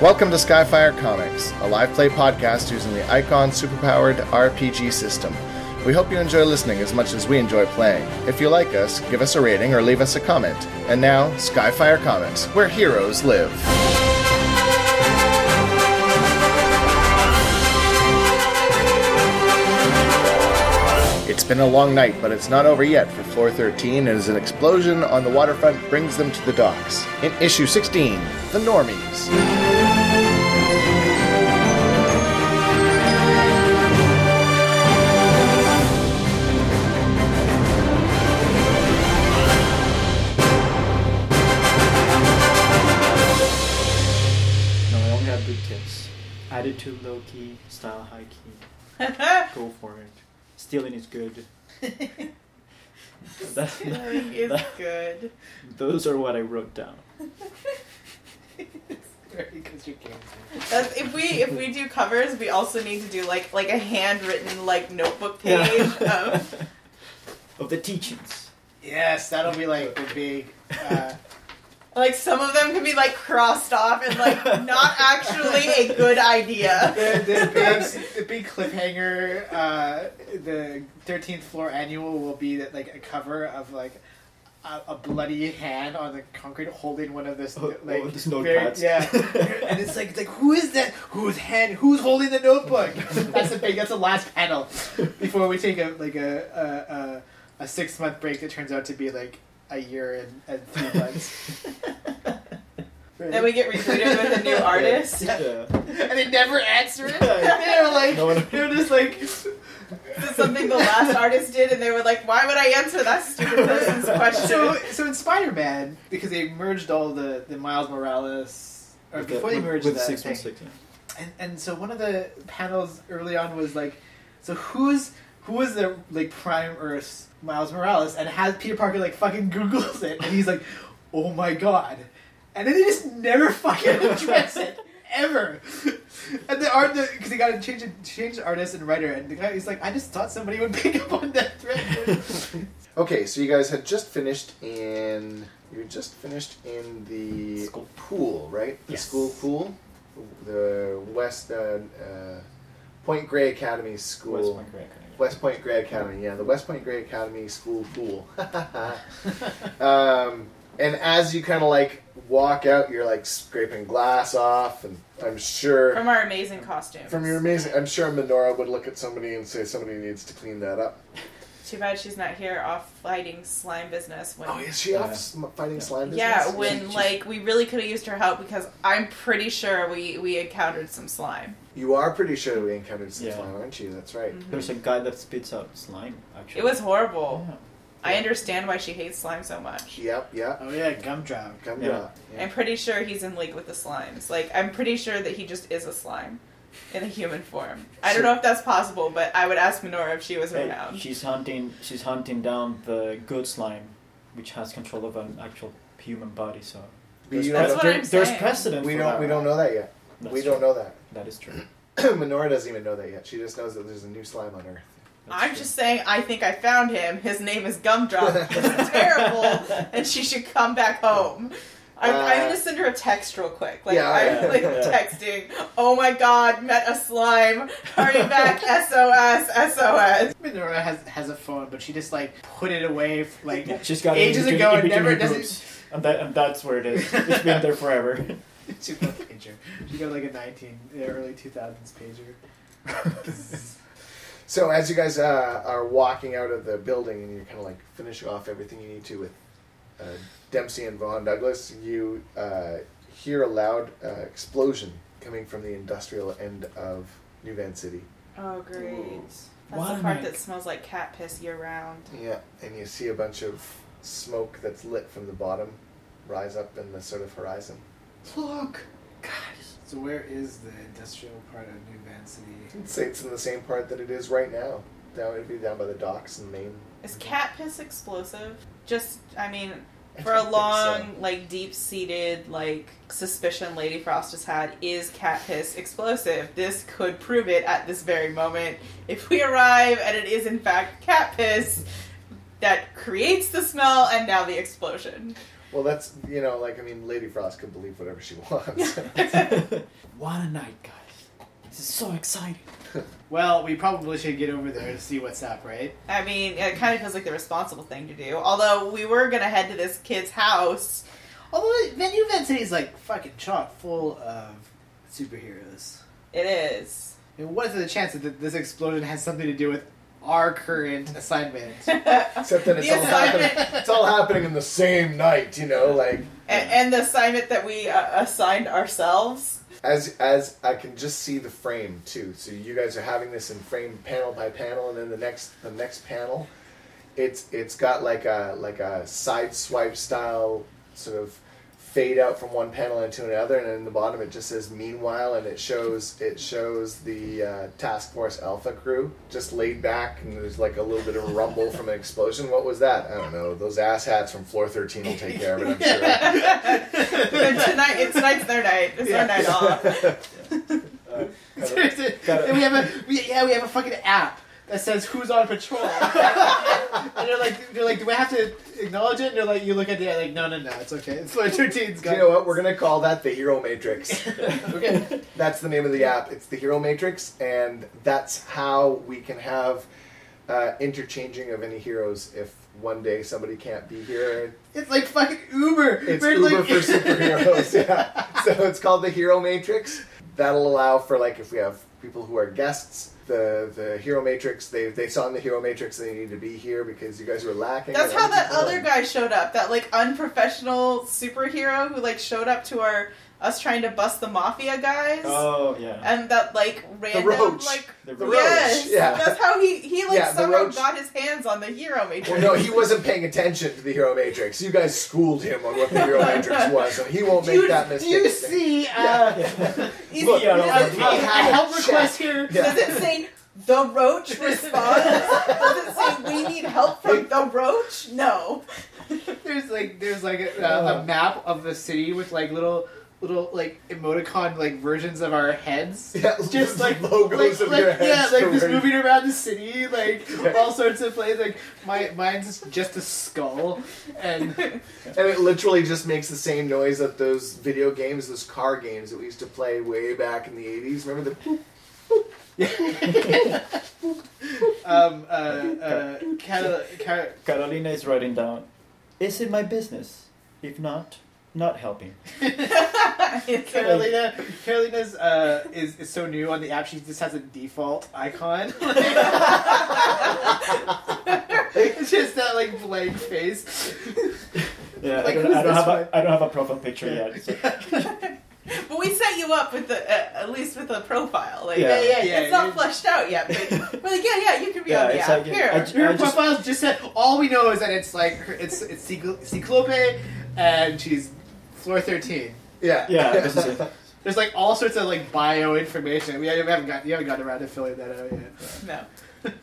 Welcome to Skyfire Comics, a live play podcast using the Icon superpowered RPG system. We hope you enjoy listening as much as we enjoy playing. If you like us, give us a rating or leave us a comment. And now, Skyfire Comics, where heroes live. It's been a long night, but it's not over yet for Floor 13 as an explosion on the waterfront brings them to the docks. In issue 16, The Normies. No, I only have good tips. Attitude low key, style high key. Go for it. Stealing is good. That- Stealing is good. those are what I wrote down. That's, if we if we do covers, we also need to do like like a handwritten like notebook page of of the teachings. Yes, that'll be like the big. Uh, like some of them can be like crossed off and like not actually a good idea. the, the, big, the big cliffhanger. Uh, the thirteenth floor annual will be that like a cover of like a, a bloody hand on the concrete holding one of this Oh, like oh, these very- notepads. yeah, and it's like it's like who is that? Whose hand? Who's holding the notebook? That's the big. That's the last panel before we take a like a a, a, a six month break that turns out to be like a year and, and three months. Then we get recruited with a new artist. Yeah. and they never answer it. Yeah. They're like, No one- they're just like, This is something the last artist did, and they were like, "Why would I answer that stupid person's question?" so so in Spider Man because they merged all the the Miles Morales or before they merged with that six one thing. six. Yeah. and and so one of the panels early on was like, so who's who was the like prime Earth's Miles Morales and has Peter Parker like fucking Google's it and he's like, oh my god, and then they just never fucking address it ever. And the art because they got to change it- change the artist and writer and the guy he's like, I just thought somebody would pick up on that thread. Okay, so you guys had just finished in. You just finished in the School. pool, right? The Yes. school pool, the West uh, uh, Point Grey Academy school. West Point Grey Academy. West Point Grey Academy, yeah, the West Point Grey Academy school pool. um, and as you kind of like walk out, you're like scraping glass off, and I'm sure from our amazing costumes. from your amazing, I'm sure Minora would look at somebody and say somebody needs to clean that up. Too bad she's not here off fighting slime business when Oh, is she Yeah. off sm- fighting slime? Business? Yeah, Yeah, when just- like we really could have used her help because I'm pretty sure we we encountered some slime. You are pretty sure we encountered some Yeah. slime, aren't you? That's right. There's a guy that spits out slime. Actually, It was horrible. Yeah. I understand why she hates slime so much. Yep, yep. oh yeah, gumdrop. Come Yeah. down. Yeah. I'm pretty sure he's in league with the slimes. Like I'm pretty sure that he just is a slime in a human form. I don't know if that's possible, but I would ask Minora if she was Hey, around. she's hunting. She's hunting down the good slime, which has control of an actual human body. So But you That's don't what know- there- I'm there's saying. precedent. we for don't. that, We right? don't know that yet. That's we true. don't know that. That is true. Minora doesn't even know that yet. She just knows that there's a new slime on Earth. That's I'm true. just saying I think I found him. His name is Gumdrop. It's terrible and she should come back home. I'm, I'm Uh, gonna send her a text real quick. Like yeah, I'm yeah, like yeah. texting. Oh my god, met a slime. Hurry back, SOS, SOS. Minora has has a phone, but she just like put it away like She's got it Ages in between- ago, in it between never- her doesn't- boobs. and that and that's where it is. It's been there forever. She got a pager. She got like a nineteen uh, early two thousands pager. So as you guys uh, are walking out of the building and you're kind of like finishing off everything you need to with uh, Dempsey and Vaughn Douglas, you uh, hear a loud uh, explosion coming from the industrial end of New Van City. Oh great. Ooh. That's Water the part mic. that smells like cat piss year round. Yeah, and you see a bunch of smoke that's lit from the bottom rise up in the sort of horizon. Look, guys. So where is the industrial part of New Van City? I'd say it's in the same part that it is right now. Down it'd be down by the docks and main. Is cat piss explosive? Just I mean, I for don't a think long, like deep seated like suspicion Lady Frost has had, is cat piss explosive? This could prove it at this very moment. If we arrive and it is in fact cat piss, that creates the smell and now the explosion. Well, that's you know, like I mean, Lady Frost can believe whatever she wants. what a night, guys. This is so exciting. Well, we probably should get over there to see what's up, right? I mean, it kind of feels like the responsible thing to do. Although we were gonna head to this kid's house. Although Venue Van City's like fucking chock full of superheroes. It is. And what is the chance that this explosion has something to do with our current assignment? Except that it's The all assignment- happening. It's all happening in the same night, you know. Like and, and the assignment that we uh, assigned ourselves. as as I can just see the frame too. So you guys are having this in frame panel by panel, and then the next the next panel, it's it's got like a like a side swipe style sort of fade out from one panel into another, and in the bottom it just says meanwhile, and it shows it shows the uh, task force Alpha crew just laid back, and there's like a little bit of rumble from an explosion. What was that? I don't know. Those ass hats from floor thirteen will take care of it. I'm sure. And tonight, it's tonight's their night. It's Yeah. their night off. Uh, Seriously. And we have a we, yeah, we have a fucking app that says who's on patrol. and they're like they're like, do I have to acknowledge it? And they're like, you look at the app, like, no, no, no, it's okay. It's like 13's Do gone. you know what? We're gonna call that the Hero Matrix. okay. That's the name of the app. It's the Hero Matrix, and that's how we can have uh, interchanging of any heroes. If one day somebody can't be here, It's like fucking Uber. it's We're Uber like- for superheroes. yeah. So it's called the Hero Matrix. That'll allow for like if we have people who are guests, the the Hero Matrix. They they saw in the Hero Matrix they need to be here because you guys were lacking. That's and how that everything. other guy showed up. That like unprofessional superhero who like showed up to our us trying to bust the mafia guys. Oh, yeah. And that like random roach. like The The roach. Uh, yes, roach, yeah. that's how he he like Yeah, the somehow roach. got his hands on the hero matrix. Well, no, he wasn't paying attention to the Hero Matrix. You guys schooled him on what the Hero Matrix was, and he won't Do make you, that do mistake. you again. see uh, He's- Look, yeah, a, no, Yeah. a- a help Yeah. request here? Yeah. Does it say the roach responds? Does it say we need help from the roach? No. There's like there's like a, uh, a map of the city with like little little like emoticon like versions of our heads. Yeah, Just like logos like, of like, your heads. Yeah, like just where- moving around the city, like Yeah. all sorts of places. Like my mine's just a skull, and And it literally just makes the same noise that those video games, those car games that we used to play way back in the 80s. Remember the boop? um, uh, uh, Cal- Cal- Carolina is writing down. Is it my business? If not, not helping. It's a- Carolina Carolina's uh, is is so new on the app. She just has a default icon. it's just that like blank face. Yeah, Like, I don't, who's I don't this have a, I don't have a profile picture yet. So. but we set you up with the uh, at least with a profile. Like Yeah. Yeah, yeah, yeah. it's not you- fleshed out yet, but we're like, yeah, yeah, you can be Yeah, on the it's app. like, yeah, Here. I ju- Her profile just said all we know is that it's like her, it's it's Cycl- Cyclope and she's floor thirteen. Yeah. Yeah, this is it. There's like all sorts of like bio information. We haven't got you haven't gotten around to filling that out yet. no.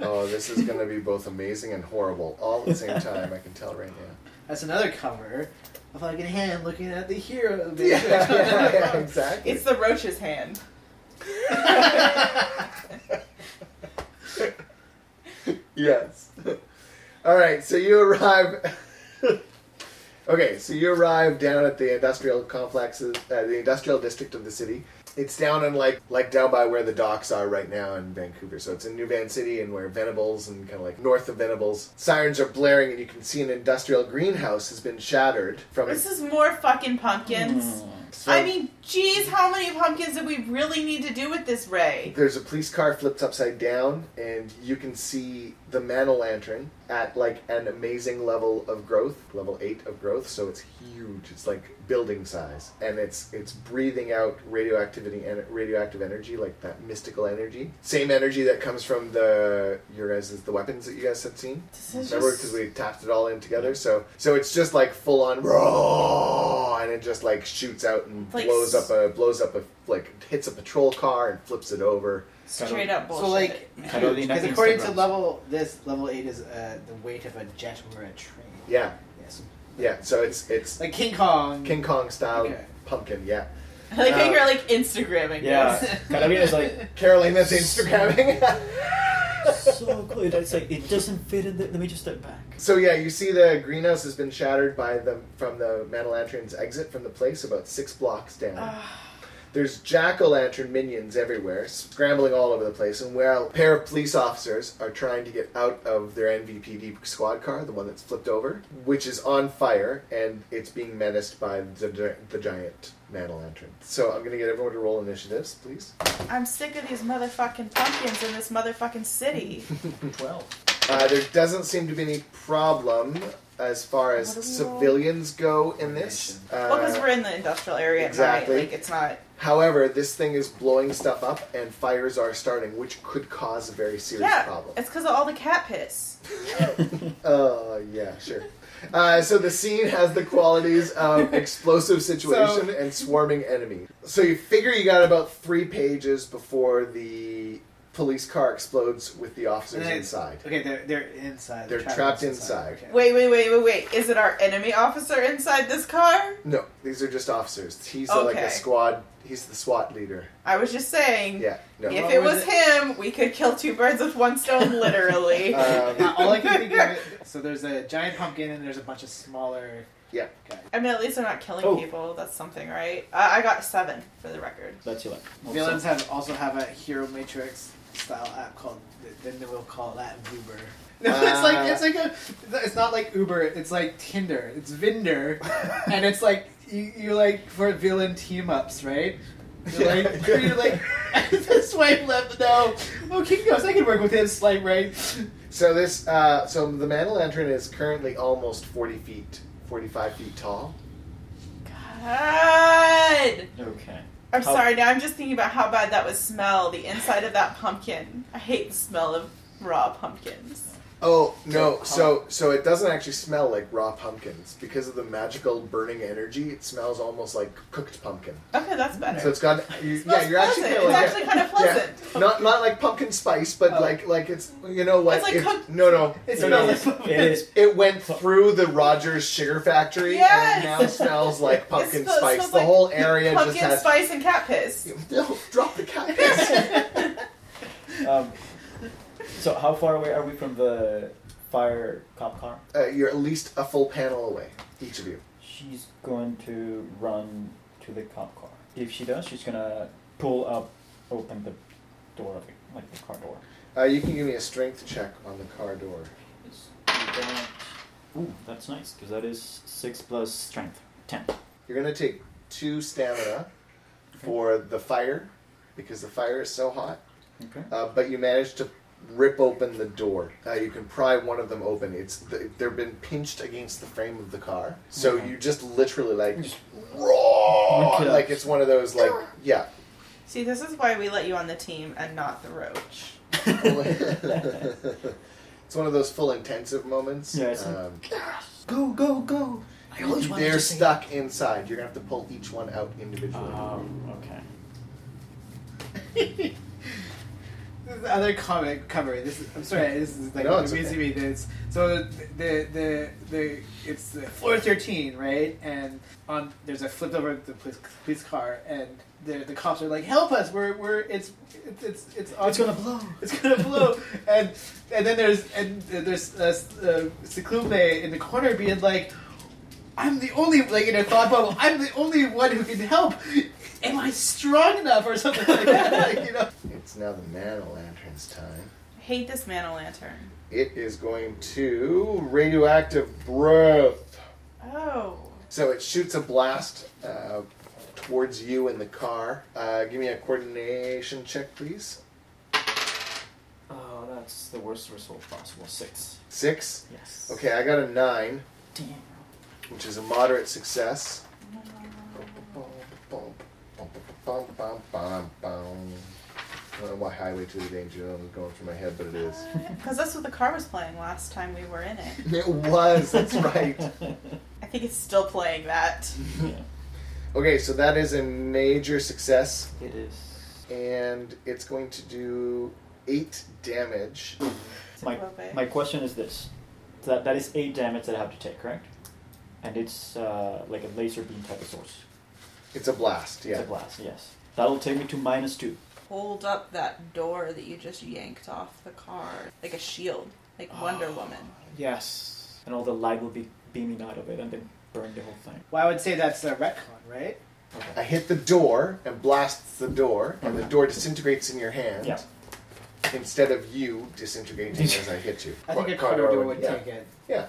oh, this is going to be both amazing and horrible all at the same time, I can tell right now. That's another cover of like a hand looking at the hero. Yeah, yeah, yeah, exactly. It's the roach's hand. yes. All right, so you arrive. okay, so you arrive down at the industrial complexes, uh, the industrial district of the city. It's down in like like down by where the docks are right now in Vancouver. So it's in New Van City and where Venables and kind of like north of Venables, sirens are blaring and you can see an industrial greenhouse has been shattered from. This is more fucking pumpkins. Mm. so I mean, geez, how many pumpkins did we really need to do with this, Ray? There's a police car flipped upside down, and you can see the manna lantern at like an amazing level of growth, level eight of growth. So it's huge. It's like building size, and it's it's breathing out radioactivity and radioactive energy, like that mystical energy, same energy that comes from the your guys the weapons that you guys had seen. This is Remember, just- because we tapped it all in together. So so it's just like full on raw, and it just like shoots out and Like blows s- up a blows up a like hits a patrol car and flips it over. Straight up bullshit. So like, Carolina because according to Instagrams. level this level eight is uh, the weight of a jet or a train. Yeah, Yes. yeah. So it's it's Like King Kong. King Kong style Okay. pumpkin. Yeah, I like how uh, you're like Instagramming. Yeah, this. Carolina is like Carolina's Instagramming. so so close. It's like it doesn't fit in. The, let me just step back. So yeah, you see the greenhouse has been shattered by the from the man o' lantern's exit from the place about six blocks down. There's jack o' lantern minions everywhere, scrambling all over the place, and while a pair of police officers are trying to get out of their NVPD squad car, the one that's flipped over, which is on fire and it's being menaced by the, gi- the giant man o' lantern. So I'm gonna get everyone to roll initiatives, please. I'm sick of these motherfucking pumpkins in this motherfucking city. Twelve. Uh, there doesn't seem to be any problem as far as What do we roll? civilians go in this. Uh, well, because we're in the industrial area exactly. at night. Like, it's not. However, this thing is blowing stuff up and fires are starting, which could cause a very serious yeah, problem. it's because of all the cat piss. Oh, yeah, sure. Uh, so the scene has the qualities of explosive situation and swarming enemy. So you figure you got about three pages before the police car explodes with the officers And then- inside. Okay, they're they're inside. They're trapped inside. Okay. Wait, wait, wait, wait, wait. Is it our enemy officer inside this car? No, these are just officers. He's uh, like Okay. a squad. He's the SWAT leader. I was just saying. Yeah, no. If What it was was it? him, we could kill two birds with one stone, literally. Um, Now, all I can think of it, so there's a giant pumpkin and there's a bunch of smaller. Yeah. Guys. I mean, at least they're not killing Oh. people. That's something, right? Uh, I, I got seven for the record. That's your luck. Villains have also have a hero matrix style app called. Then they will call that Uber. No, it's like it's like a. It's not like Uber. It's like Tinder. It's Vinder, and it's like you you like for villain team ups, right? You're like, you're like swipe left. No, oh, King goes. I can work with him. Swipe right. So this, uh, so the man lantern is currently almost forty feet, forty-five feet tall. God! Okay. I'm How- sorry, now I'm just thinking about how bad that would smell, the inside of that pumpkin. I hate the smell of raw pumpkins. Oh no! So- So so it doesn't actually smell like raw pumpkins because of the magical burning energy. It smells almost like cooked pumpkin. Okay, that's better. So it's got you, It smells yeah. You're actually pleasant. feeling It's actually kind of pleasant. Yeah. Not not like pumpkin spice, but Oh. like like it's you know what? It's like it- cooked- no no It no It no. smells is. like- It is. It went through the Rogers Sugar Factory and Yes! it now smells like pumpkin smells- spice. smells the like whole area just Pumpkin has spice and cat piss. No, drop the cat piss. Um, so how far away are we from the fire cop car? uh, you're at least a full panel away, each of you. She's going to run to the cop car. If she does, she's gonna pull up, open the door of it, like the car door. Uh, you can give me a strength check on the car door. Let's do that. Ooh, that's nice because that is six plus strength, ten. You're gonna take two stamina for the fire because the fire is so hot. Okay. Uh, but you manage to rip open the door. Uh, you can pry one of them open. It's th- they've been pinched against the frame of the car, so Okay. you just literally like roar, Okay. like it's one of those like yeah. See, this is why we let you on the team and not the roach. it's one of those full intensive moments. Yeah, it's- um, Go, go, go! I they're stuck inside. You're gonna have to pull each one out individually. Uh-huh. Um, okay. this is the other comic cover. This is, I'm sorry. This is like No, it's amazing okay. me. This so the the the it's the floor thirteen, right? And on there's a flipped over the police, police car, and the the cops are like, "Help us! We're we're it's it's it's it's, on- Oh, It's gonna blow. it's gonna blow." and and then there's and there's uh, uh, Ciclupe in the corner being like. I'm the only like in a thought bubble. I'm the only one who can help. Am I strong enough or something like that? Like, you know. It's now the man o' lantern's time. I hate this man o' lantern. It is going to radioactive breath. Oh. So it shoots a blast uh, towards you in the car. Uh, give me a coordination check, please. Oh, that's the worst result possible. Six. Six. Yes. Okay, I got a nine, Damn. which is a moderate success. I don't know why Highway to the Danger Zone is going through my head, but it is. Because that's what the car was playing last time we were in it. It was, that's right. I think it's still playing that. yeah, Okay, so that is a major success, it is. and it's going to do eight damage. My, my question is this: so that that is eight damage that I have to take, correct? And it's uh, like a laser beam type of source. It's a blast, yeah. It's a blast. Yes. That'll take me to minus two. hold up that door that you just yanked off the car like a shield, like Wonder Woman. Yes. And all the light will be beaming out of it and then burn the whole thing. Well, I would say that's a retcon, right? I hit the door and blasts the door, and the door disintegrates in your hand. Yeah. Instead of you disintegrating as I hit you. I think a Car- car corridor would yeah. take it. Yeah.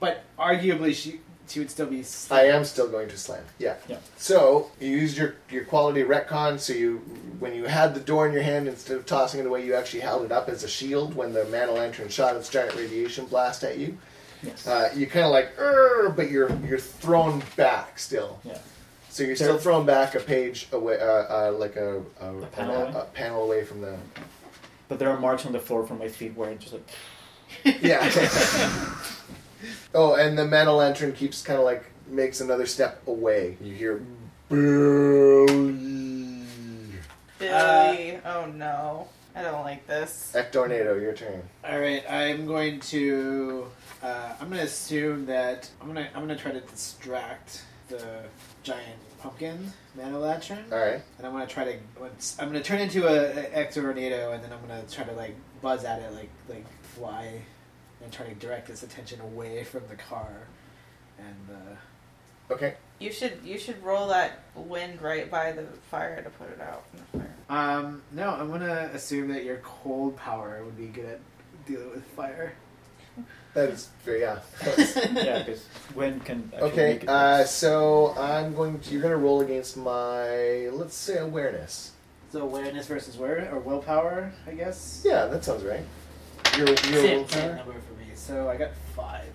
But arguably, she she would still be. sl- I am still going to slam. Yeah. Yeah. So you used your your quality retcon. So you, when you had the door in your hand, instead of tossing it away, you actually held it up as a shield when the mana lantern shot its giant radiation blast at you. Yes. Uh, you kind of like, "Err," but you're you're thrown back still. yeah. So you're still There- thrown back a page away, uh, uh, like a, a, A panel a, a panel away from the. But there are marks on the floor from my feet where it just like Yeah. oh, and the mana lantern keeps kind of like makes another step away. You hear. Billy. Billy, oh no. I don't like this. Ectornado, your turn. Mm-hmm. All right, I'm going to. Uh, I'm going to assume that I'm going to. I'm going to try to distract the giant pumpkin mana lantern, All right. and I'm going to try to. I'm going to turn into a, a exornado, and then I'm going to try to like buzz at it, like like fly, and try to direct its attention away from the car, and. Uh, Okay. You should you should roll that wind right by the fire to put it out in the fire. Um, no, I'm gonna assume that your cold power would be good at dealing with fire. That is very yeah. yeah, because wind can actually okay. make it Uh, worse. so I'm going. To, you're going to roll against my let's say awareness. so awareness versus where or willpower, I guess. Yeah, that sounds right. Your your Same, same willpower. number for me. So I got five.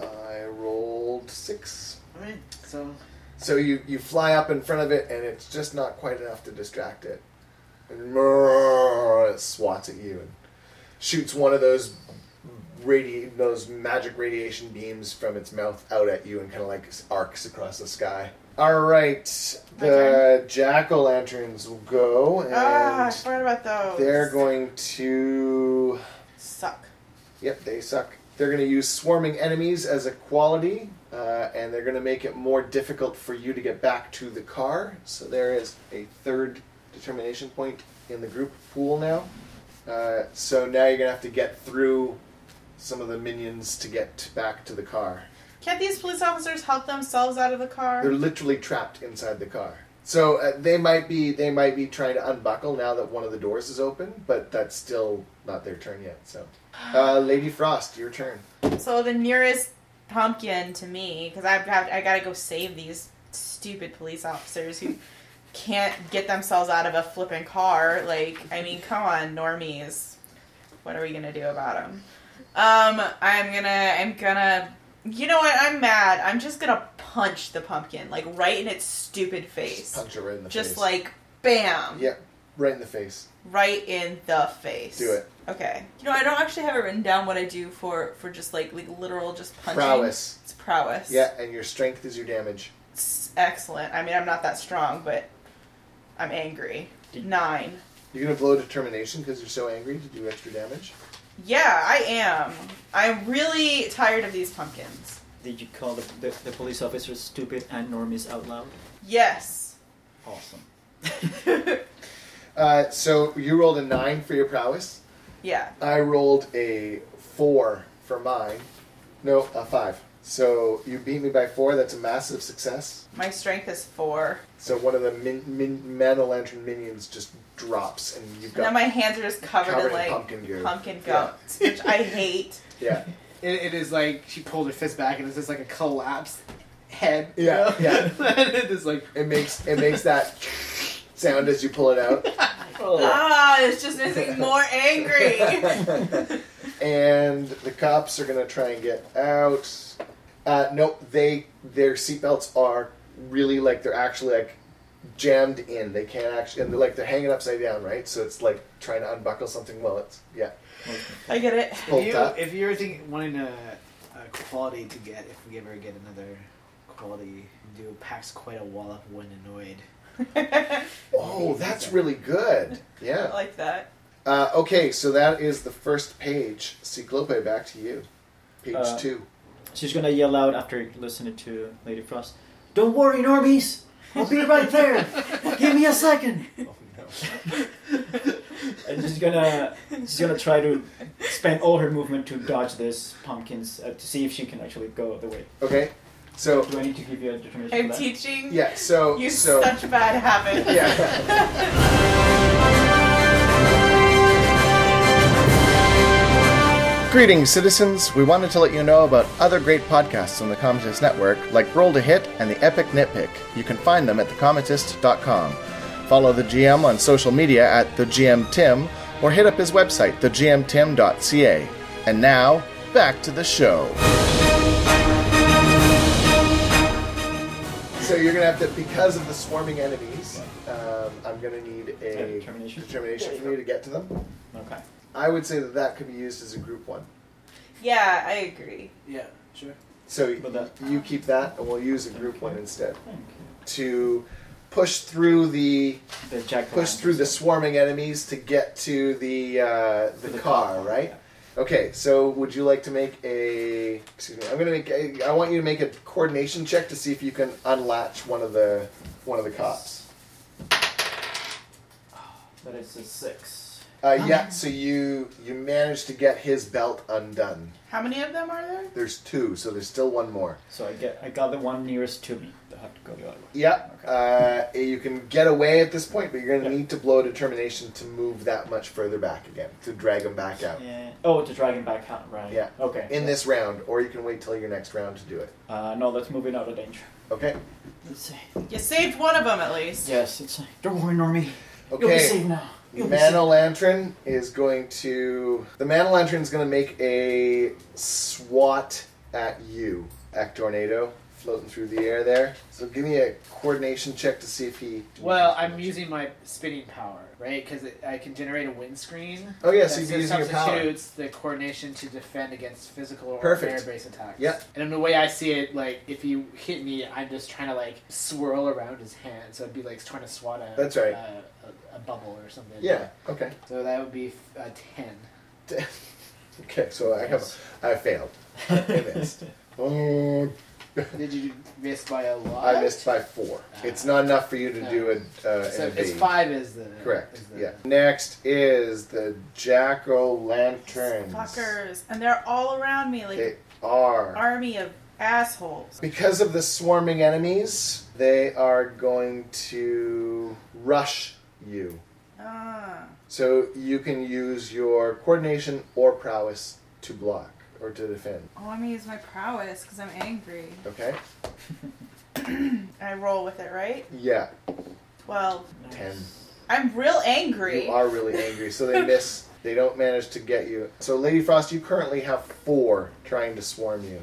Okay. I rolled six. All right. So So you, you fly up in front of it, and it's just not quite enough to distract it. And roar, it swats at you and shoots one of those radi- those magic radiation beams from its mouth out at you and kind of like arcs across the sky. All right, My the jack o' lanterns will go, and ah, I forgot about those. they're going to. suck. Yep, they suck. They're going to use swarming enemies as a quality, uh, and they're going to make it more difficult for you to get back to the car. So there is a third determination point in the group pool now. Uh, so now you're going to have to get through some of the minions to get back to the car. Can't these police officers help themselves out of the They're car? literally trapped inside the car. So uh, they might be they might be trying to unbuckle now that one of the doors is open, but that's still not their turn yet. So, uh, Lady Frost, your turn. So the nearest pumpkin to me, because I've got I gotta go save these stupid police officers who can't get themselves out of a flipping car. Like, I mean, come on, normies. What are we gonna do about them? Um, I'm gonna, I'm gonna. You know what? I'm mad. I'm just gonna punch the pumpkin like right in its stupid face. Punch her right in the Just face. like bam. Yep, right in the face. right in the face. Do it. Okay. You know, I don't actually have it written down what I do for for just like like literal just punching. Prowess. It's prowess. Yeah, and your strength is your damage. It's excellent. I mean, I'm not that strong, but I'm angry. Nine. You're gonna blow determination because you're so angry to do extra damage. Yeah, I am. I'm really tired of these pumpkins. Did you call the, the, the police officers stupid and normies out loud? Yes. Awesome. Uh, so you rolled a nine for your prowess. yeah. I rolled a four for mine. No, a five. So you beat me by four. That's a massive success. My strength is four. So one of the min, min, mana lantern minions just drops, and you've And got then my hands are just covered, covered in like pumpkin goo. pumpkin Yeah. guts, which I hate. Yeah, it, it is like she pulled her fist back, and it's just like a collapsed head. Yeah, you know? and it is like it makes it makes that sound as you pull it out. Oh. Ah, it's just making more angry. and the cops are gonna try and get out. Uh, nope, they their seatbelts are really like they're actually like jammed in. They can't actually, and they're like they're hanging upside down, right? So it's like trying to unbuckle something. Well, it's yeah, I get it. pulled if you up. if you're thinking, wanting a, a quality to get, if we ever get another quality, do packs quite a wallop when annoyed. I Oh, that's really good. Yeah. like that. Uh, okay, so that is the first page. Cyclope, back to you. Page Uh, two. She's gonna yell out after listening to Lady Frost. Don't worry, normies. I'll be right there. Give me a second. Oh no. And she's gonna she's gonna try to spend all her movement to dodge this pumpkins uh, to see if she can actually go the way. Okay, so Oh, Do I need to give you a determination? I'm for that? teaching yeah, so you so such bad habits. Yeah. Greetings, citizens. We wanted to let you know about other great podcasts on the Cometist Network, like Roll to Hit and The Epic Nitpick. You can find them at thecometist.com. Follow the GM on social media at thegmtim, or hit up his website, thegmtim.ca. And now, back to the show. So you're gonna have to, because of the swarming enemies, um, I'm gonna need Yeah, a determination. determination from you to get to them. Okay. I would say that that could be used as a group one. yeah, I agree. yeah, sure. So But that- you keep that, and we'll use a group one Okay. instead Thank to push through the you. The jack. push through the swarming enemies to get to the uh, the, car, right? Okay. So would you like to make a? Excuse me. I'm gonna make. A, I want you to make a coordination check to see if you can unlatch one of the one of the cops. That is a six. Uh, yeah, so you you managed to get his belt undone. How many of them are there? There's two, so there's still one more. So I get I got the one nearest to me. I have to go the other way. Yeah, Okay. uh, you can get away at this point, but you're gonna Yeah. need to blow a determination to move that much further back again to drag him back out Yeah. Oh, to drag him back out, right? Yeah. Okay. in this round, or you can wait till your next round to do it. Uh, no, let's move it out of danger. Okay. Let's see. You saved one of them at least. Yes, it's. Don't worry, Normie. You'll be Okay. safe now. You'll be Mana Lantern is going to. The Mana Lantern is going to make a swat at you, Act Tornado, floating through the air there. So give me a coordination check to see if he. Well, I'm using my spinning power, right? Because I can generate a wind screen. Oh yeah, so that you'd be using your power. substitutes the coordination to defend against physical or Perfect. air-based attacks. Yep. And in the way I see it, like if you hit me, I'm just trying to like swirl around his hand, so it'd be like trying to swat a That's right. uh, a, a bubble or something. Yeah. Okay. So that would be f- a ten. Okay. So I have I failed. I missed. Mm. Oh, Did you miss by a lot? I missed by four. It's not enough for you to do a uh, So an Ah. it's evade. five is the Correct. is the- Yeah. Next is the jack o' lanterns. Fuckers. And they're all around me like They are. army of assholes. Because of the swarming enemies, they are going to rush you. Ah. So you can use your coordination or prowess to block or to defend. Oh, I'm gonna use my prowess because I'm angry. Okay? I roll with it, right? Yeah. Twelve. safe. Ten. I'm real angry. You are really angry, so they miss. They don't manage to get you. So, Lady Frost, you currently have four trying to swarm you.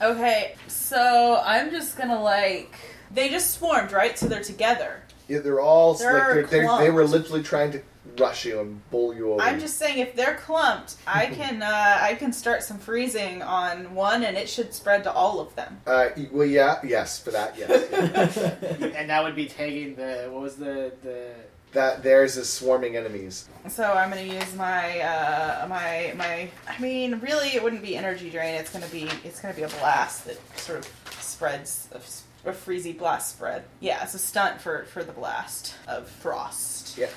Okay, so I'm just gonna like. They just swarmed, right? So they're together. Yeah, they're all They're like they're, they they were clumped. literally trying to rush you and bowl you over. I'm just saying, if they're clumped, I can uh, I can start some freezing on one, and it should spread to all of them. Uh, y- well, yeah, yes, for that, yes. And that would be tagging the what was the the that there's is swarming enemies. So I'm gonna use my uh, my my. I mean, really, it wouldn't be energy drain. It's gonna be it's gonna be a blast that sort of spreads a, f- a freezy blast spread. Yeah, it's a stunt for for the blast of frost. Yeah.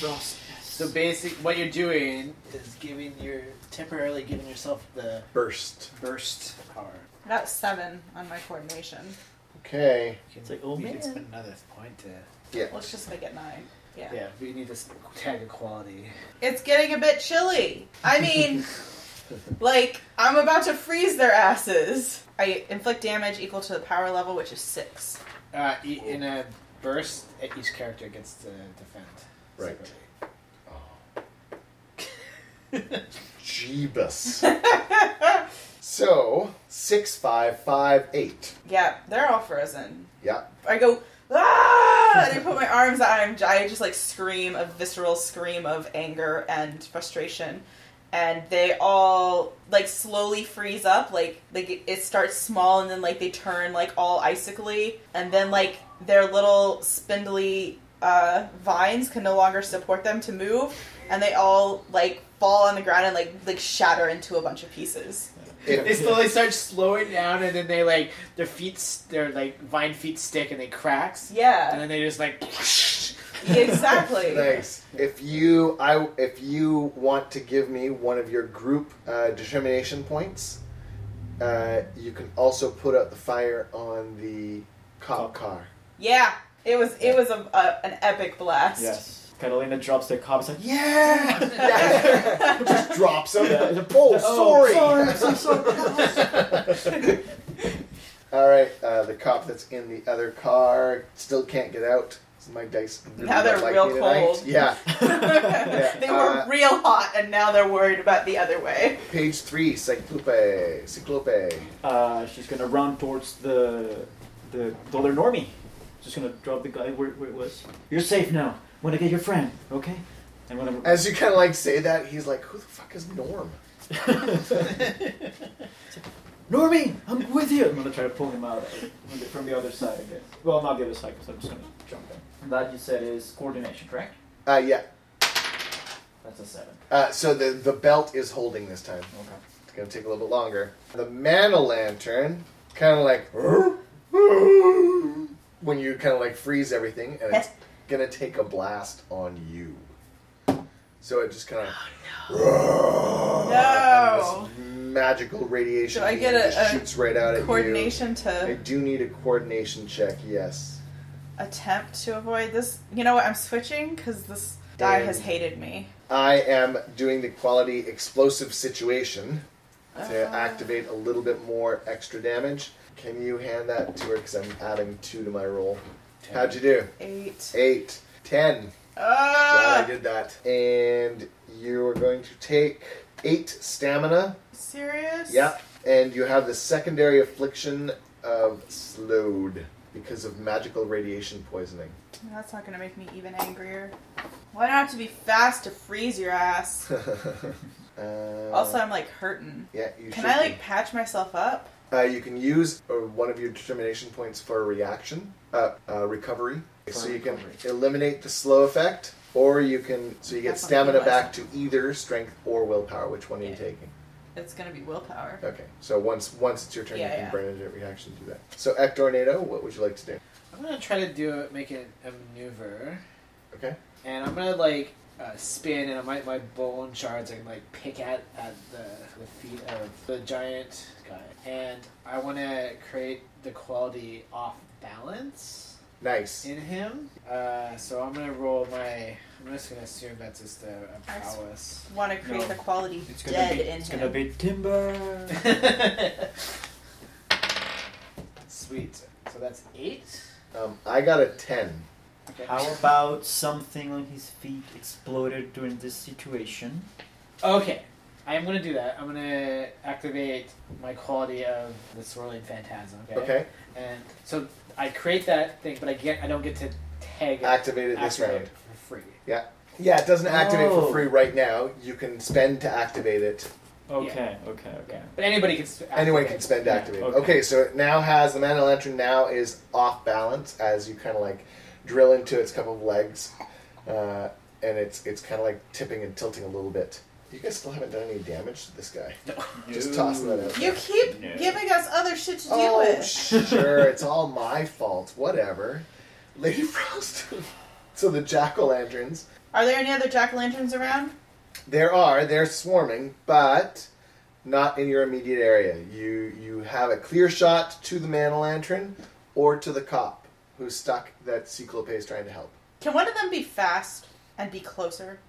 Frost. so basic what you're doing is giving your temporarily giving yourself the Burst. burst power. About seven on my coordination. Okay. You can, It's like, oh, you man. can spend another point to Yeah. Let's just make it nine. yeah. we need to s- tag a quality. It's getting a bit chilly. I mean, like, I'm about to freeze their asses. I inflict damage equal to the power level, which is six. Uh, e- in a burst, e- each character gets to defend. Right. separately. Oh, Jeebus. so six five five eight. Yeah, they're all frozen. Yeah. I go, ah! And I put my arms out. I'm, I just, like, scream a visceral scream of anger and frustration. And they all, like, slowly freeze up. Like, like it- it starts small, and then, like, they turn, like, all icically. And then, like, their little spindly uh, vines can no longer support them to move. And they all, like, fall on the ground and, like, like shatter into a bunch of pieces. They It, slowly start slowing down, and then they like their feet, s- their like vine feet stick, and they cracks, Yeah. and then they just like Exactly. Thanks. If you I if you want to give me one of your group uh, determination points, uh, you can also put out the fire on the cop Cop. car. Yeah, it was it was a, a, an epic blast. Yes. Catalina drops the cob. It's like, yeah. Yeah. Just drops him. Yeah. Oh, sorry. sorry, I'm so All right, uh, the cop that's in the other car still can't get out. So my dice. really Now they're don't like real me tonight. cold. Yeah. they were uh, real hot, and now they're worried about the other way. Page three, Cyclope. Cyclope. Uh, she's gonna run towards the the dollar normie. Just gonna drop the guy where, where it was. You're safe now. I'm gonna get your friend, okay? And when I'm As you kind of like say that, he's like, "Who the fuck is Norm?" Normie, I'm with you. I'm gonna try to pull him out from the- from the other side again. Well, not the other side, because I'm just gonna jump in. And that you said is coordination, correct? Uh, yeah. That's a seven. Uh, so the the belt is holding this time. Okay. It's gonna take a little bit longer. The man lantern, kind of like when you kind of like freeze everything, and it's gonna take a blast on you. So it just kind of No. magical radiation Do I beam get a- just a shoots right out at you. Coordination I to do need a coordination check. Yes. attempt to avoid this. You know what? I'm switching because this die has hated me. I am doing the quality explosive situation to Uh. activate a little bit more extra damage. Can you hand that to her? Because I'm adding two to my roll. How'd you do? Eight. Eight. Ten. Glad I Ah! did that. And you are going to take eight stamina. Serious? Yeah. And you have the secondary affliction of slowed because of magical radiation poisoning. That's not gonna make me even angrier. Why not have to be fast to freeze your ass? Uh, Also, I'm like hurting. yeah, you Can should I be. like patch myself up? Uh, you can use uh, one of your determination points for a reaction, uh, uh, recovery. For so you recovery. can eliminate the slow effect, or you can so you get That's what stamina it was. back to either strength or willpower. Which one are you Yeah. taking? It's gonna be willpower. Okay, so once once it's your turn, Yeah, you can yeah. burn into reaction to do that. So act tornado. What would you like to do? I'm gonna try to do it, make it a maneuver, Okay. and I'm gonna like uh, spin, and I might my bone shards I can like pick at at the, the feet of the giant guy, and I want to create the quality off balance Nice. in him. Uh, so I'm gonna roll my. I'm just gonna assume that's just a, a prowess. Want to create No. the quality It's gonna dead be in it's him. gonna be timber. Sweet. So that's eight. Um, I got a ten. Okay. How about something on his feet exploded during this situation? Okay, I am gonna do that. I'm gonna activate my quality of the swirling phantasm. Okay. Okay. And so I create that thing, but I get I don't get to tag it. Activated this activate round. it for free. Yeah, it doesn't activate for Oh. free right now. You can spend to activate it. Okay, okay, okay. But anybody can. s- Anyone activate can it. spend to Yeah, activate. Okay. okay. so it now has the mana lantern now is off balance as you kind of like drill into its couple of legs, uh, and it's it's kind of like tipping and tilting a little bit. You guys still haven't done any damage to this guy. Just tossing that out. You keep No. giving us other shit to deal Oh, with. sure, it's all my fault. Whatever, Lady Frost. so the jack o' lanterns. Are there any other jack o' lanterns around? There are. They're swarming, but not in your immediate area. You you have a clear shot to the man lantern or to the cop who's stuck that Cyclope is trying to help. Can one of them be fast and be closer?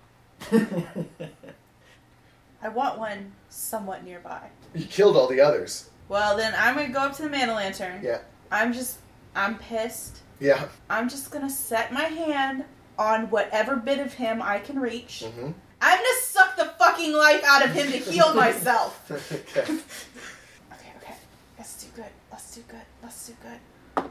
I want one somewhat nearby. You killed all the others. Well, then I'm gonna go up to the mana lantern. Yeah. I'm just, I'm pissed. Yeah. I'm just gonna set my hand on whatever bit of him I can reach. Mm-hmm. I'm gonna suck the fucking life out of him to heal myself. okay. Okay, okay. Let's do good. Let's do good. Let's do good.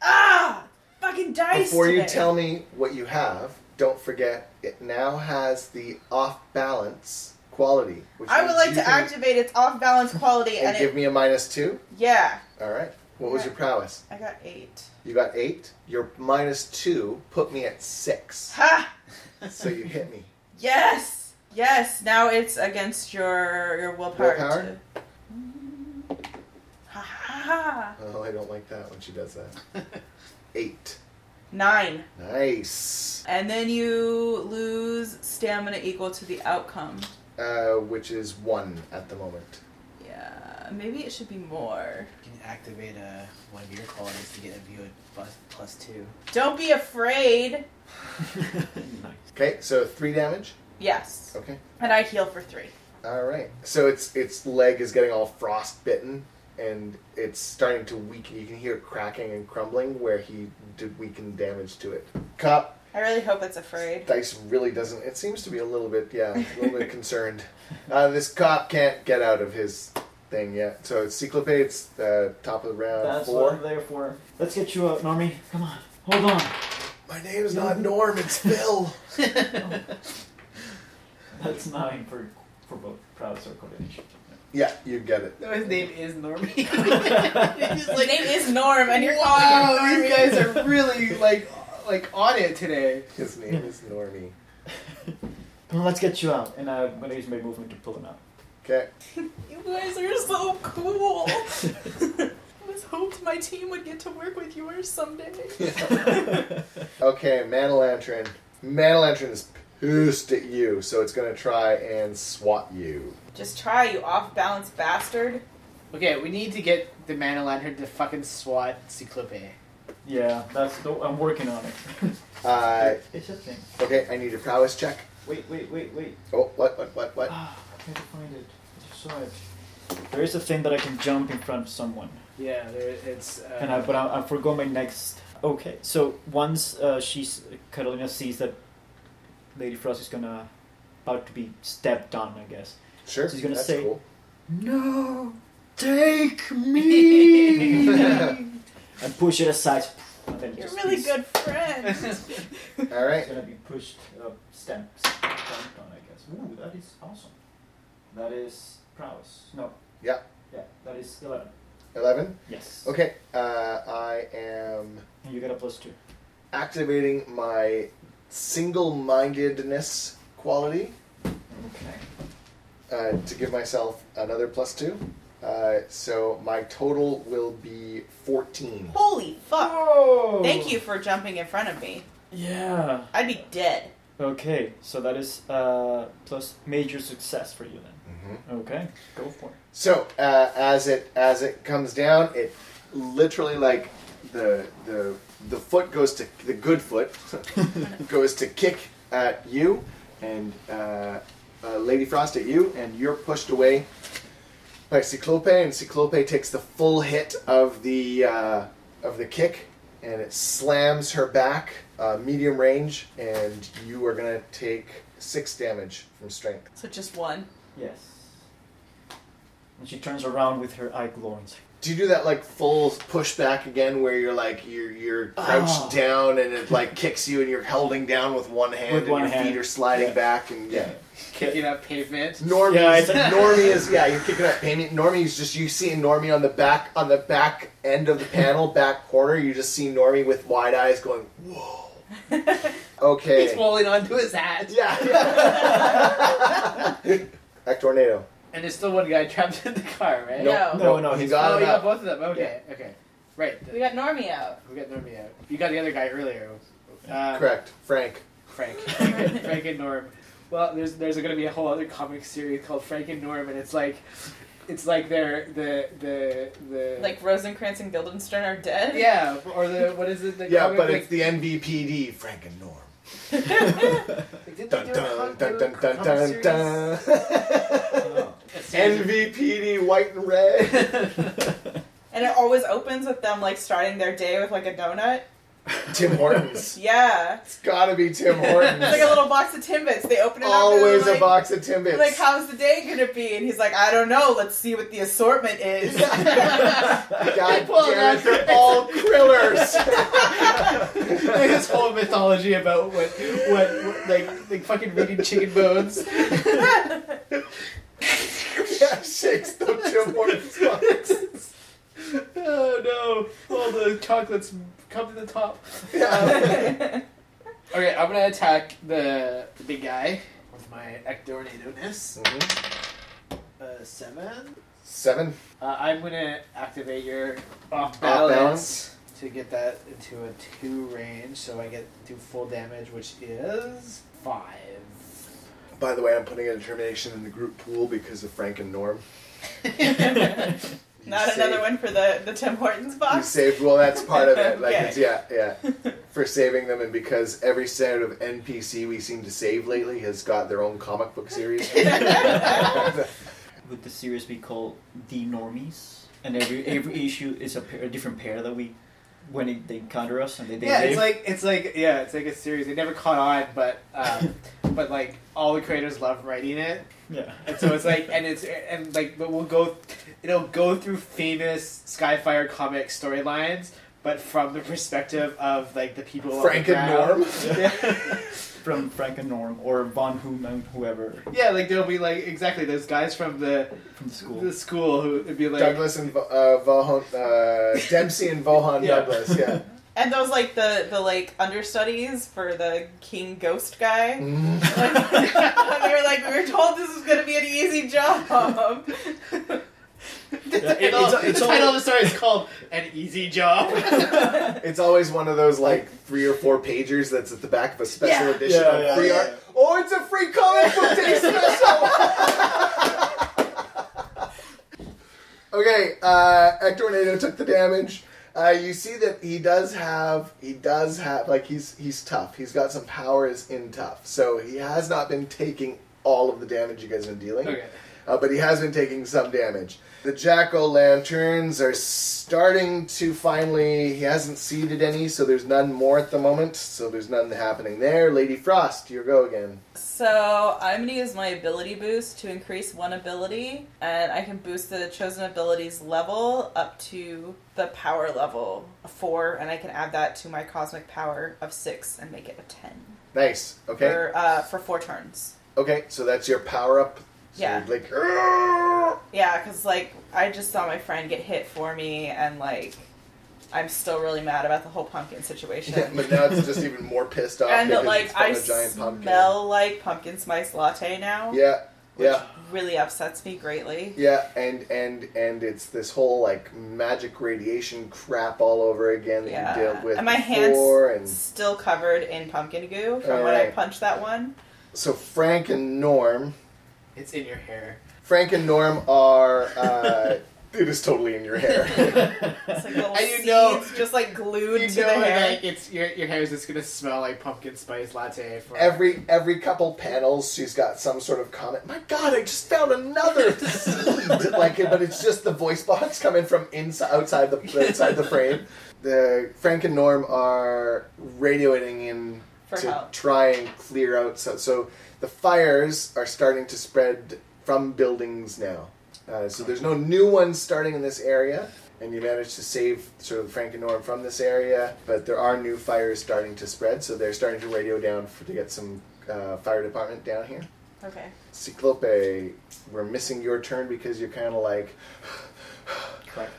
Ah! Fucking dice. Before you today. tell me what you have, don't forget it now has the off balance quality. Which I would means like you to can- activate its off balance quality and and give it. me a minus two. Yeah, All right. What was Yeah. your prowess? I got eight. You got eight. Your minus two put me at six. Ha! so you hit me. Yes! Yes! Now it's against your, your willpower. Willpower? To... Ha ha ha! Oh, I don't like that when she does that. Eight. Nine. Nice. And then you lose stamina equal to the outcome. Uh, which is one at the moment. Yeah, maybe it should be more. You can activate uh, one of your qualities to get a view at plus, plus two. Don't be afraid. nice. Okay, so three damage. Yes. Okay. And I heal for three. All right. So its its leg is getting all frostbitten, and it's starting to weaken. You can hear cracking and crumbling where he did weaken damage to it. Cop I really hope it's afraid. dice really doesn't. It seems to be a little bit yeah, a little bit concerned. Uh, this cop can't get out of his thing yet. So it's Cyclopates, uh, top of the round That's four. what I'm there for. Let's get you out, Normie. Come on. Hold on. My name's not Norm. It's Phil. That's nine for for both Prowess or coordination. yeah, you get it. No, his name is Normie. He's His name is Norm, and you're wow, calling him these Normie. guys are really like like on it today. His name is Normie. Come on, let's get you out. And I'm gonna use my movement to pull him out. Okay. You guys are so cool. I was hoped my team would get to work with yours someday. Okay, Manilantrin. Manilantrin is pissed at you, so it's gonna try and swat you. Just try, you off balance bastard. Okay, we need to get the man lantern to fucking swat Cyclope. Yeah, that's. The, I'm working on it. Uh, it's a thing. okay, I need a prowess check. Wait, wait, wait, wait. Oh, what, what, what, what? Ah, I can't find it. I just saw it. There is a thing that I can jump in front of someone. Yeah, there, it's. Uh, And I, but I, I forgot my next. Okay, so once uh, she's Carolina sees that Lady Frost is gonna about to be stepped on, I guess. Sure. She's gonna that's say- Cool. No, take me and push it aside. And then You're just really be- good friends. All It's right. gonna be pushed up, stamped, stamped on, I guess. Ooh, that is awesome. That is prowess. No. Yeah. Yeah, that is eleven. Eleven. Yes. Okay. Uh, I am And you get a plus two. activating my single-mindedness quality Okay. uh, to give myself another plus two. Uh, so my total will be fourteen. Holy fuck. Whoa! Thank you for jumping in front of me. Yeah. I'd be dead. Okay, so that is uh, plus major success for you then. Mm-hmm. Okay, go for it. So uh, as it as it comes down, it literally like the the the foot goes to the good foot goes to kick at you and uh, uh, Lady Frost at you, and you're pushed away by Cyclope, and Cyclope takes the full hit of the uh, of the kick, and it slams her back, uh, medium range, and you are gonna take six damage from strength. So just one. Yes. And she turns around with her eye glowing. It's like, Do you do that like full push back again, where you're like you're you're crouched Oh. down and it like kicks you, and you're holding down with one hand, With and one your feet hand. are sliding Yeah. back, and yeah, kicking up pavement. Normie, Yeah, is, it's- Normie is yeah, you're kicking up payment. Normie is just you see Normie on the back on the back end of the panel, back corner. You just see Normie with wide eyes going, "Whoa, He's okay, holding onto his hat. yeah." Act tornado. And there's still one guy trapped in the car, right? No. No, no, he he's- got Oh, him you got up. both of them. Okay, okay. Right. we got Normie out. We got Normie out. You got the other guy earlier. Uh, Correct, Frank. Frank. Frank and Norm. Well, there's there's going to be a whole other comic series called Frank and Norm, and it's like, it's like they're the the the Like Rosencrantz and Guildenstern are dead. yeah or the what is it? The Yeah, comic, but like, it's the NVPD, Frank and Norm. like, did they Dun do a dun comic- dun do a dun dun comic dun series? dun. A series of- NVPD, white and red. And it always opens with them like starting their day with like a donut. Tim Hortons. Yeah. It's gotta be Tim It's like a Hortons. little box of Timbits. They open it up. and they're Always like, a box of Timbits. Like, how's the day gonna be? And he's like, I don't know. Let's see what the assortment is. yeah, God damn it, they're all krillers. like this whole mythology about what, what, what like, like fucking reading chicken bones. Oh, yeah, shakes the Tim Hortons box. Oh no! All the chocolates come to the top. Um, okay, I'm gonna attack the, the big guy with my ectornadoness. Mhm. Uh, seven. Seven. Uh, I'm gonna activate your off Off balance. balance. to get that into a two range, so I get do full damage, which is five. By the way, I'm putting a determination in the group pool because of Frank and Norm. You Not saved- another one for the, the Tim Hortons You box. saved. Well, that's part of it. Like, Okay. it's, yeah, yeah. For saving them, and because every set of NPC we seem to save lately has got their own comic book series. Would the series be called The Normies? And every every issue is a, pair, a different pair that we when it, they encounter us and they they yeah, wave. it's like it's like yeah, it's like a series. It never caught on, but um, but like all the creators love writing it, yeah. and so it's like and it's and like but we'll go, it'll go through famous Skyfire comic storylines, but from the perspective of like the people. on the Frank and ground. Norm. from Frank and Norm or Von Human whoever Yeah, like there'll be like exactly those guys from the from the school. the school who would be like Douglas and Vo- uh, Vaughan, uh, Dempsey and Vaughan Yeah. Douglas. Yeah. And those like the the like understudies for the King Ghost guy. Mhm. Like, they were like, we were told this was gonna be an easy job. the, Yeah, it- title, it's- it's the title all- of the story is called "An Easy Job." It's always one of those like three or four pagers that's at the back of a special Yeah. edition Yeah, of yeah, free yeah. art. Oh, it's a free comic book day special. okay, uh, Ector Nato took the damage. Uh, you see that he does have he does have like he's he's tough. He's got some powers in tough, so he has not been taking all of the damage you guys have been dealing okay. uh, but he has been taking some damage. The jack o' lanterns are starting to finally. He hasn't seeded any, so there's none more at the moment. So there's none happening there. Lady Frost, your go again. So I'm gonna use my ability boost to increase one ability, and I can boost the chosen ability's level up to the power level of four, and I can add that to my cosmic power of six and make it a ten Nice. Okay. for uh, for four turns. Okay. So that's your power up. So Yeah. you're Like. "Argh!" Yeah, because like I just saw my friend get hit for me, and like I'm still really mad about the whole pumpkin situation. Yeah, but now it's just even more pissed off and because like it's from I a giant pumpkin. smell like pumpkin spice latte now. Yeah. Yeah. really upsets me greatly. Yeah, and and and it's this whole like magic radiation crap all over again that Yeah. you dealt with and my before, hands and still covered in pumpkin goo from All when I right. punched that one. so Frank and Norm It's in your hair. Frank and Norm are. Uh, it is totally in your hair. It's like little And you seeds know- just like glued You to the know, hair. like it's your your hair is just gonna smell like pumpkin spice latte for Every every couple panels, she's got some sort of comment. My God, I just found another seed. Like, but it's just the voice box coming from inside outside the outside the frame. The Frank and Norm are radioing in For to help. try and clear out. So, so the fires are starting to spread from buildings now. Uh, so there's no new ones starting in this area, and you managed to save sort of Frank and Norm from this area. But there are new fires starting to spread, so they're starting to radio down for, to get some uh, fire department down here. Okay. Cyclope, we're missing your turn because you're kind of like, Correct.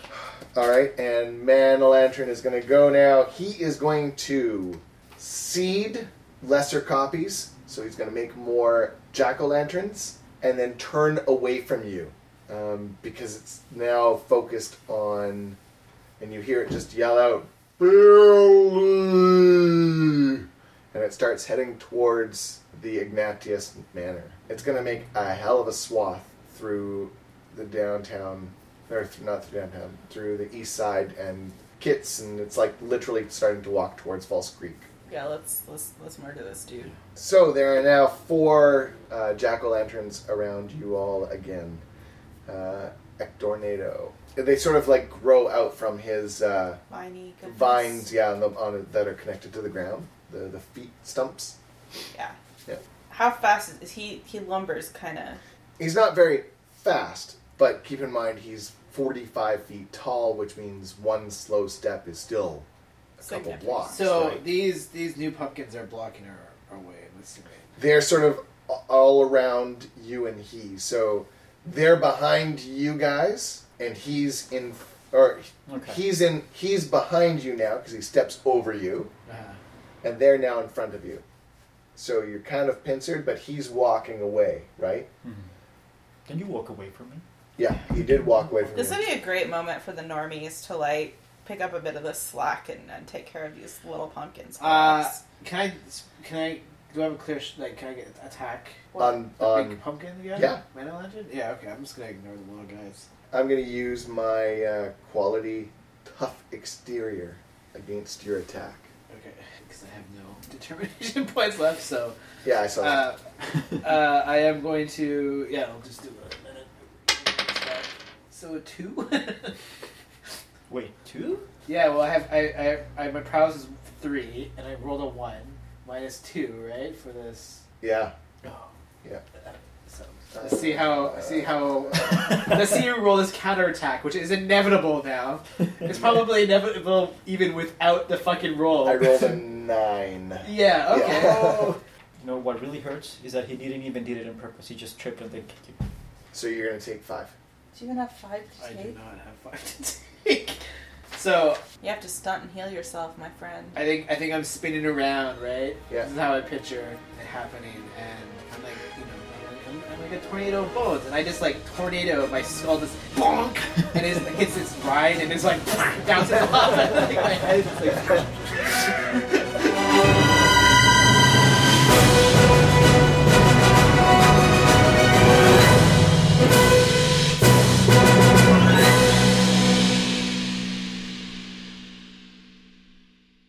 all right. And Man Lantern is going to go now. He is going to seed lesser copies, so he's going to make more jack o' lanterns, and then turn away from you um, because it's now focused on, and you hear it just yell out, Billy! and it starts heading towards the Ignatius Manor. It's going to make a hell of a swath through the downtown, or th- not through downtown, through the east side and Kits, and it's like literally starting to walk towards False Creek. Yeah, let's let's let's murder this dude. So there are now four uh, jack o' lanterns around you all again. Uh, Ectornado. They sort of like grow out from his uh, Viney goodness. vines, yeah, on the, on, that are connected to the ground, the, the feet stumps. Yeah. Yeah. How fast is, is he? He lumbers kind of. He's not very fast, but keep in mind he's 45 feet tall, which means one slow step is still a couple Significant. blocks. So right? these these new pumpkins are blocking our, our way. Let's do it. they're sort of a- all around you and he. So they're behind you guys, and he's in, or Okay. he's in, he's behind you now because he steps over you, and they're now in front of you. So you're kind of pincered, but he's walking away, right? Can you walk away from me? Yeah, he did walk away from This you. would be a great moment for the normies to like pick up a bit of the slack and, and take care of these little pumpkins. for Uh, us. Can I? Can I? Do I have a clear? Sh- like, can I get attack? On, The on, big pumpkin guy. Um, yeah. Mana Legend. Yeah. Okay. I'm just gonna ignore the little guys. I'm going to use my uh, quality tough exterior against your attack. Okay. Because I have no determination points left, so Yeah, I saw that. uh, uh, I am going to. Yeah, I'll just do a minute. So a two. Wait, two? yeah. Well, I have. I, I. I. My prowess is three, and I rolled a one minus two, right? For this. Yeah. Oh. Yeah. So let's see how. See how. Let's see you. you roll this counterattack, which is inevitable now. It's probably inevitable even without the fucking roll. I rolled a nine. oh. Yeah, okay. Yeah. You know what really hurts is that he didn't even did it on purpose. He just tripped and they kicked you. So you're going to take five. do you even have five to I do take? not have five to take. So You have to stunt and heal yourself, my friend. I think I think I'm spinning around, right? Yeah. This is how I picture it happening, and I'm like, you know, I'm, I'm like a tornado of bones, and I just like tornado my skull just bonk, and it hits its bride, and it's like bounces off, and like my head is like.